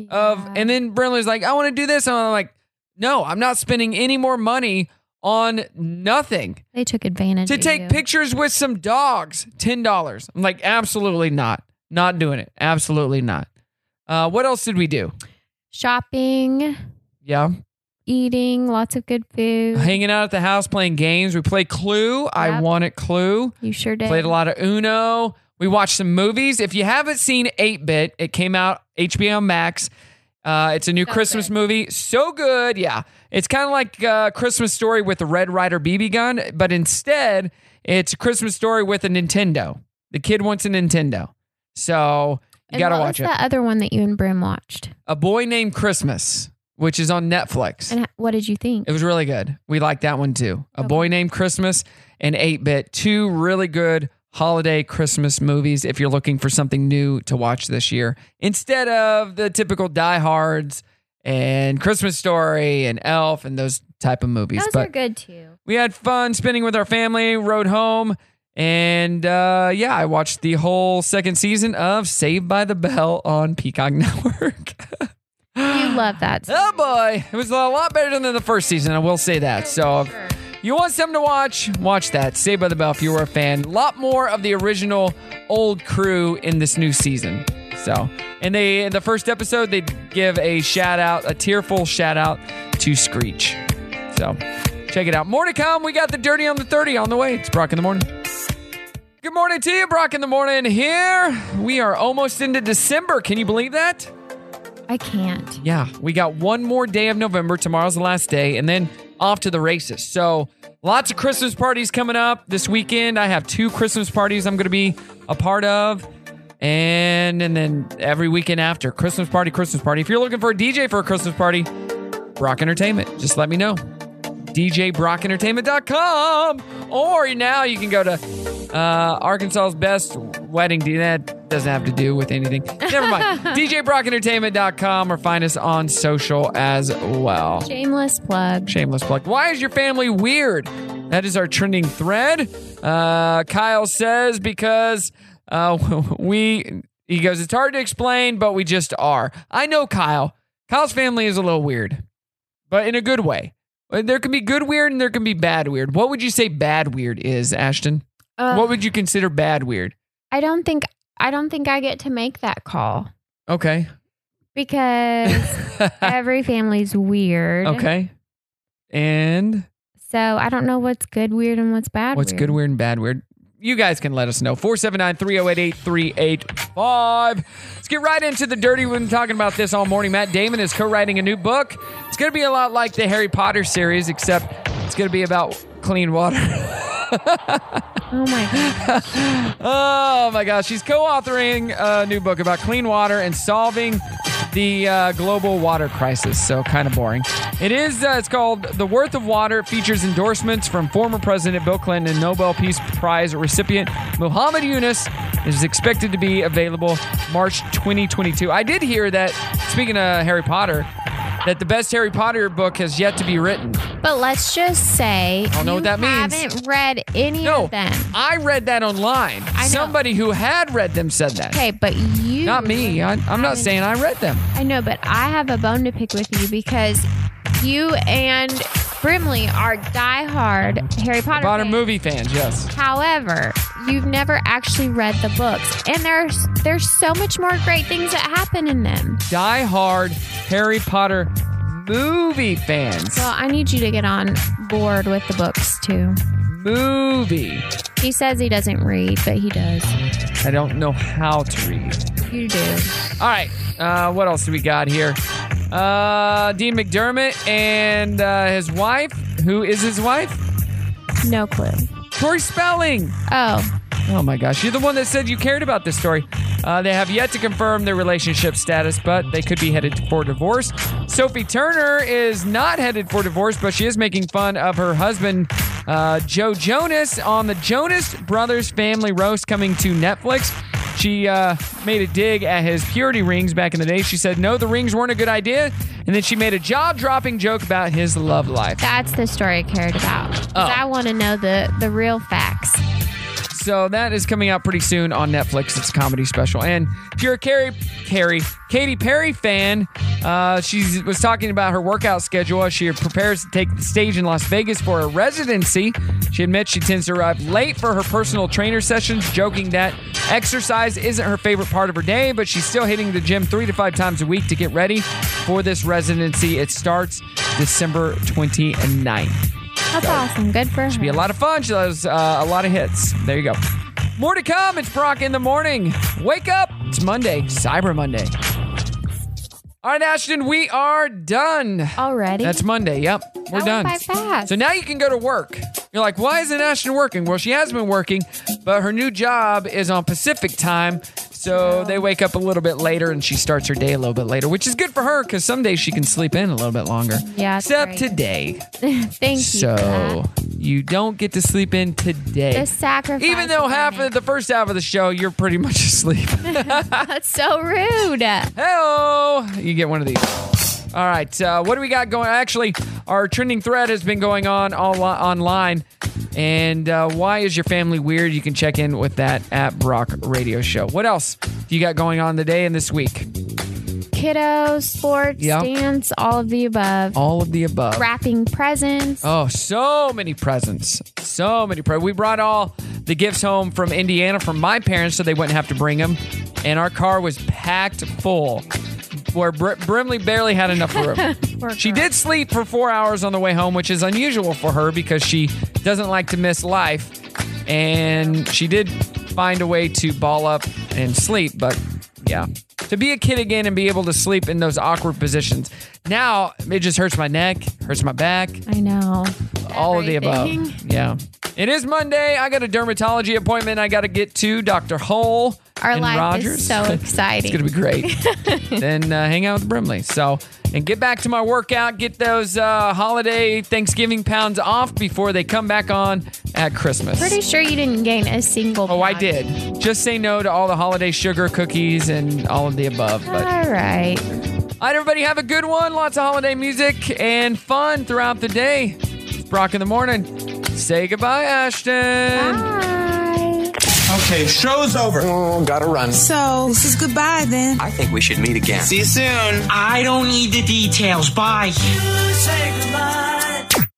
S2: of. And then Brimley's like, I want to do this, and I'm like, No, I'm not spending any more money on nothing
S4: They took advantage
S2: to
S4: of
S2: take
S4: you.
S2: pictures with some dogs ten dollars i'm like absolutely not not doing it absolutely not uh, what else did we do
S4: shopping,
S2: Yeah.
S4: eating lots of good food.
S2: Hanging out at the house playing games. We played Clue. I
S4: Yep.
S2: won at Clue.
S4: You sure did.
S2: Played a lot of Uno. We watched some movies. If you haven't seen 8 Bit, it came out HBO Max. Uh, it's a new Christmas movie. So good. Yeah. It's kind of like uh, Christmas Story with a Red Rider BB gun, but instead, it's a Christmas Story with a Nintendo. The kid wants a Nintendo. So you
S4: And
S2: got to
S4: what
S2: watch it.
S4: was the other one that you and Brim watched?
S2: A Boy Named Christmas, which is on Netflix.
S4: And h- what did you think?
S2: It was really good. We liked that one too. A Boy Named Christmas and 8 Bit. Two really good holiday Christmas movies if you're looking for something new to watch this year instead of the typical diehards and Christmas Story and Elf and those type of movies.
S4: Those
S2: but
S4: are good too.
S2: we had fun spending with our family, rode home. And uh, yeah, I watched the whole second season of Saved by the Bell on Peacock Network.
S4: You love that.
S2: Oh boy, it was a lot better than the first season. I will say that. So, if you want something to watch? Watch that. Saved by the Bell. If you were a fan, a lot more of the original old crew in this new season. So, and they in the first episode they give a shout out, a tearful shout out to Screech. So, check it out. More to come. We got the Dirty on the Thirty on the way. It's Brock in the morning. Good morning to you, Brock in the morning. Here we are almost into December. Can you believe that?
S4: I can't.
S2: Yeah, we got one more day of November. Tomorrow's the last day, and then off to the races. So, lots of Christmas parties coming up this weekend. I have two Christmas parties I'm going to be a part of, and and then every weekend after Christmas party, Christmas party. If you're looking for a DJ for a Christmas party, Brock Entertainment, just let me know. DJBrockEntertainment.com, or now you can go to uh, Arkansas's best wedding. D- That doesn't have to do with anything. Never mind. DJBrockEntertainment.com or find us on social as well.
S4: Shameless plug.
S2: Shameless plug. Why is your family weird? That is our trending thread. Uh, Kyle says because uh, we, he goes, it's hard to explain, but we just are. I know Kyle. Kyle's family is a little weird, but in a good way. Uh, There can be good weird and there can be bad weird. What would you say bad weird is, Ashton?
S4: Uh,
S2: what would you consider bad weird?
S4: I don't think I don't think I get to make that call
S2: Okay.
S4: because every family's weird.
S2: Okay. And
S4: So I don't know what's good weird and what's bad.
S2: What's
S4: weird.
S2: good, weird, and bad, weird? You guys can let us know. 479 308 8385. Let's get right into the dirty. We've been talking about this all morning. Matt Damon is co writing a new book. It's going to be a lot like the Harry Potter series, except it's going to be about clean water.
S4: Oh my god.
S2: oh my gosh. She's co authoring a new book about clean water and solving the uh, global water crisis. So kind of boring. It is, uh, it's called The Worth of Water. It features endorsements from former President Bill Clinton and Nobel Peace Prize recipient Muhammad Yunus. It is expected to be available March 2022. I did hear that, speaking of Harry Potter, that the best Harry Potter book has yet to be written.
S4: But let's just say I
S2: don't know what that means.
S4: haven't read any
S2: No,
S4: of them.
S2: I read that online. Somebody who had read them said that.
S4: Okay, but you
S2: Not me. I, I'm not saying I read them.
S4: I know, but I have a bone to pick with you because you and Brimley are diehard Harry Potter,
S2: About our
S4: fans.
S2: movie fans, yes.
S4: However, you've never actually read the books, and there's there's so much more great things that happen in them.
S2: Die hard Harry Potter movie fans.
S4: So I need you to get on board with the books too.
S2: Movie.
S4: He says he doesn't read, but he does.
S2: I don't know how to read.
S4: You do.
S2: All right. Uh, what else do we got here? Uh, Dean McDermott and uh, his wife. Who is his wife?
S4: No clue.
S2: Tori Spelling.
S4: Oh.
S2: Oh my gosh, you're the one that said you cared about this story. Uh, they have yet to confirm their relationship status, but they could be headed for divorce. Sophie Turner is not headed for divorce, but she is making fun of her husband, uh, Joe Jonas, on the Jonas Brothers Family Roast coming to Netflix. She uh, made a dig at his purity rings back in the day. She said, No, the rings weren't a good idea. And then she made a jaw dropping joke about his love life.
S4: That's the story I cared about. 'Cause
S2: Oh.
S4: I want to know the the real facts.
S2: So that is coming out pretty soon on Netflix. It's a comedy special. And if you're a Carrie, Carrie, Katy Perry fan, Uh, she was talking about her workout schedule as she prepares to take the stage in Las Vegas for her residency. She admits she tends to arrive late for her personal trainer sessions, joking that exercise isn't her favorite part of her day, but she's still hitting the gym three to five times a week to get ready for this residency. It starts December 29th.
S4: That's awesome. Good for her.
S2: Should be a lot of fun. She has uh, a lot of hits. There you go. More to come. It's Brock in the morning. Wake up. It's Monday, Cyber Monday. All right, Ashton, we are done.
S4: Already?
S2: That's Monday. Yep. We're done.
S4: by fast.
S2: So now you can go to work. You're like, why isn't Ashton working? Well, she has been working, but her new job is on Pacific time.
S4: Oh.
S2: So they wake up a little bit later and she starts her day a little bit later, which is good for her because some days she can sleep in a little bit longer.
S4: Yeah, it's
S2: Except
S4: great.
S2: today.
S4: Thank you.
S2: so you don't get to sleep in today.
S4: The sacrifice.
S2: Even though half of the first half of the show, you're pretty much asleep.
S4: That's so rude.
S2: Hello. You get one of these. All right. Uh, what do we got going? Actually, our trending thread has been going on all online. And uh, why is your family weird? You can check in with that at Brock Radio Show. What else do you got going on today and this week?
S4: Kiddos, sports,
S2: Yeah.
S4: dance, all of the above.
S2: All of the above.
S4: Wrapping presents.
S2: Oh, so many presents. So many presents. We brought all the gifts home from Indiana from my parents so they wouldn't have to bring them. And our car was packed full where Br- Brimley barely had enough room.
S4: Poor
S2: she did sleep for four hours on the way home, which is unusual for her because she doesn't like to miss life. And she did find a way to ball up and sleep, but yeah. To be a kid again and be able to sleep in those awkward positions. Now it just hurts my neck, hurts my back
S4: I know.
S2: all of the above.
S4: Everything.
S2: Yeah. It is Monday. I got a dermatology appointment I got to get to. Dr. Hole
S4: Our
S2: and
S4: life
S2: Rogers.
S4: is so
S2: it's
S4: exciting.
S2: going to be great. then uh, hang out with Brimley. So, and get back to my workout. Get those uh, holiday Thanksgiving pounds off before they come back on at Christmas.
S4: Pretty sure you didn't gain a single.
S2: Oh, I did. Just say no to all the holiday sugar cookies and all of the above. But
S4: All right.
S2: all right, everybody, have a good one. Lots of holiday music and fun throughout the day. It's Brock in the morning. Say goodbye, Ashton.
S14: Okay, show's over. Oh, gotta run.
S10: So this is goodbye then.
S14: I think we should meet again.
S16: soon. I don't need the details. Bye.
S3: You say goodbye.